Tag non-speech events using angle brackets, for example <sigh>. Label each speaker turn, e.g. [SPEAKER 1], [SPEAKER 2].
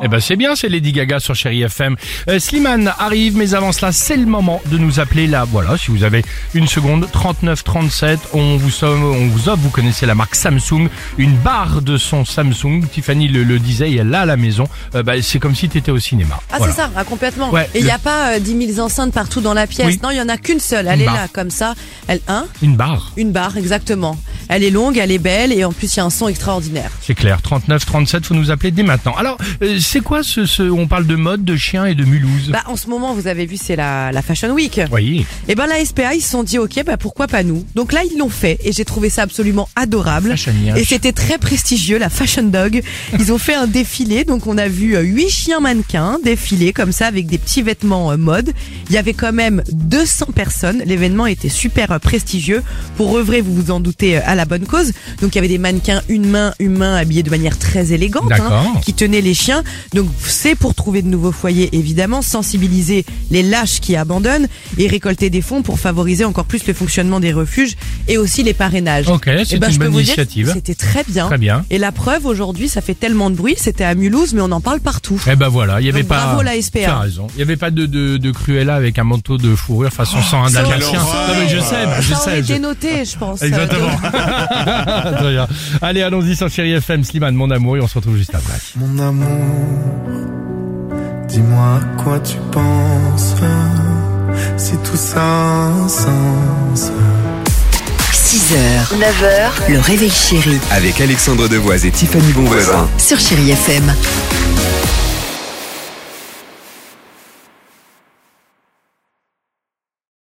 [SPEAKER 1] Eh ben c'est bien, c'est Lady Gaga sur Chéri FM. Euh, Slimane arrive, mais avant cela, c'est le moment de nous appeler là. Voilà, si vous avez une seconde, 39 37, on vous somme, on vous offre, vous connaissez la marque Samsung, une barre de son Samsung. Tiffany le, le disait, elle l'a à la maison. Euh, bah, c'est comme si t'étais au cinéma.
[SPEAKER 2] Ah
[SPEAKER 1] Voilà.
[SPEAKER 2] c'est ça, ah, complètement.
[SPEAKER 1] Ouais,
[SPEAKER 2] et il n'y a
[SPEAKER 1] le-
[SPEAKER 2] pas euh, 10 000 enceintes partout dans la pièce.
[SPEAKER 1] Oui.
[SPEAKER 2] Non, il n'y en a qu'une seule.
[SPEAKER 1] Une
[SPEAKER 2] Elle est
[SPEAKER 1] barre.
[SPEAKER 2] là, comme ça. Elle, hein
[SPEAKER 1] Une barre,
[SPEAKER 2] Une barre, exactement. Elle est longue, elle est belle et en plus, il y a un son extraordinaire.
[SPEAKER 1] c'est clair. 39 37, faut nous appeler dès maintenant. Alors, euh, c'est quoi ce, ce, on parle de mode, de chien et de Mulhouse.
[SPEAKER 2] Bah, en ce moment, vous avez vu, c'est la, la Fashion Week.
[SPEAKER 1] voyez.
[SPEAKER 2] Et ben la SPA, ils se sont dit, ok, bah pourquoi pas nous Donc là, ils l'ont fait et j'ai trouvé ça absolument adorable.
[SPEAKER 1] Fashion
[SPEAKER 2] Et
[SPEAKER 1] Yash.
[SPEAKER 2] c'était très prestigieux, la Fashion Dog. Ils ont fait un défilé, donc on a vu euh, huit chiens mannequins défiler comme ça avec des petits vêtements euh, mode. Il y avait quand même 200 personnes. L'événement était super euh, prestigieux. Pour œuvrer, vous vous en doutez, euh, à la bonne cause. Donc il y avait des mannequins une main humains habillés de manière très élégante, hein,
[SPEAKER 1] D'accord.
[SPEAKER 2] qui tenaient les chiens. Donc c'est pour trouver de nouveaux foyers, évidemment, sensibiliser les lâches qui abandonnent et récolter des fonds pour favoriser encore plus le fonctionnement des refuges et aussi les parrainages.
[SPEAKER 1] Ok, c'est
[SPEAKER 2] Eh ben,
[SPEAKER 1] une
[SPEAKER 2] je peux
[SPEAKER 1] bonne
[SPEAKER 2] vous dire que
[SPEAKER 1] initiative.
[SPEAKER 2] C'était très bien.
[SPEAKER 1] Très bien.
[SPEAKER 2] Et la preuve, aujourd'hui, ça fait tellement de bruit. C'était à Mulhouse, mais on en parle partout.
[SPEAKER 1] Eh ben voilà, il y avait
[SPEAKER 2] Donc
[SPEAKER 1] pas.
[SPEAKER 2] bravo la SPA.
[SPEAKER 1] Tu as raison. Il y avait pas de, de de Cruella avec un manteau de fourrure façon sang
[SPEAKER 2] Oh, ça aurait-
[SPEAKER 1] d'Alsacien.
[SPEAKER 2] ça
[SPEAKER 1] Non mais je sais, je
[SPEAKER 2] ça aurait
[SPEAKER 1] sais. je-
[SPEAKER 2] été noté, je pense.
[SPEAKER 1] Exactement. <laughs> Très bien. Allez, allons-y sur Chéri FM, Slimane, mon amour, et on se retrouve juste après.
[SPEAKER 3] Mon amour, dis-moi à quoi tu penses, si tout ça a un sens.
[SPEAKER 4] 6h, 9h, le réveil chéri
[SPEAKER 5] Avec Alexandre Devoise et Tiffany Bonvoisin.
[SPEAKER 4] sur Chéri FM.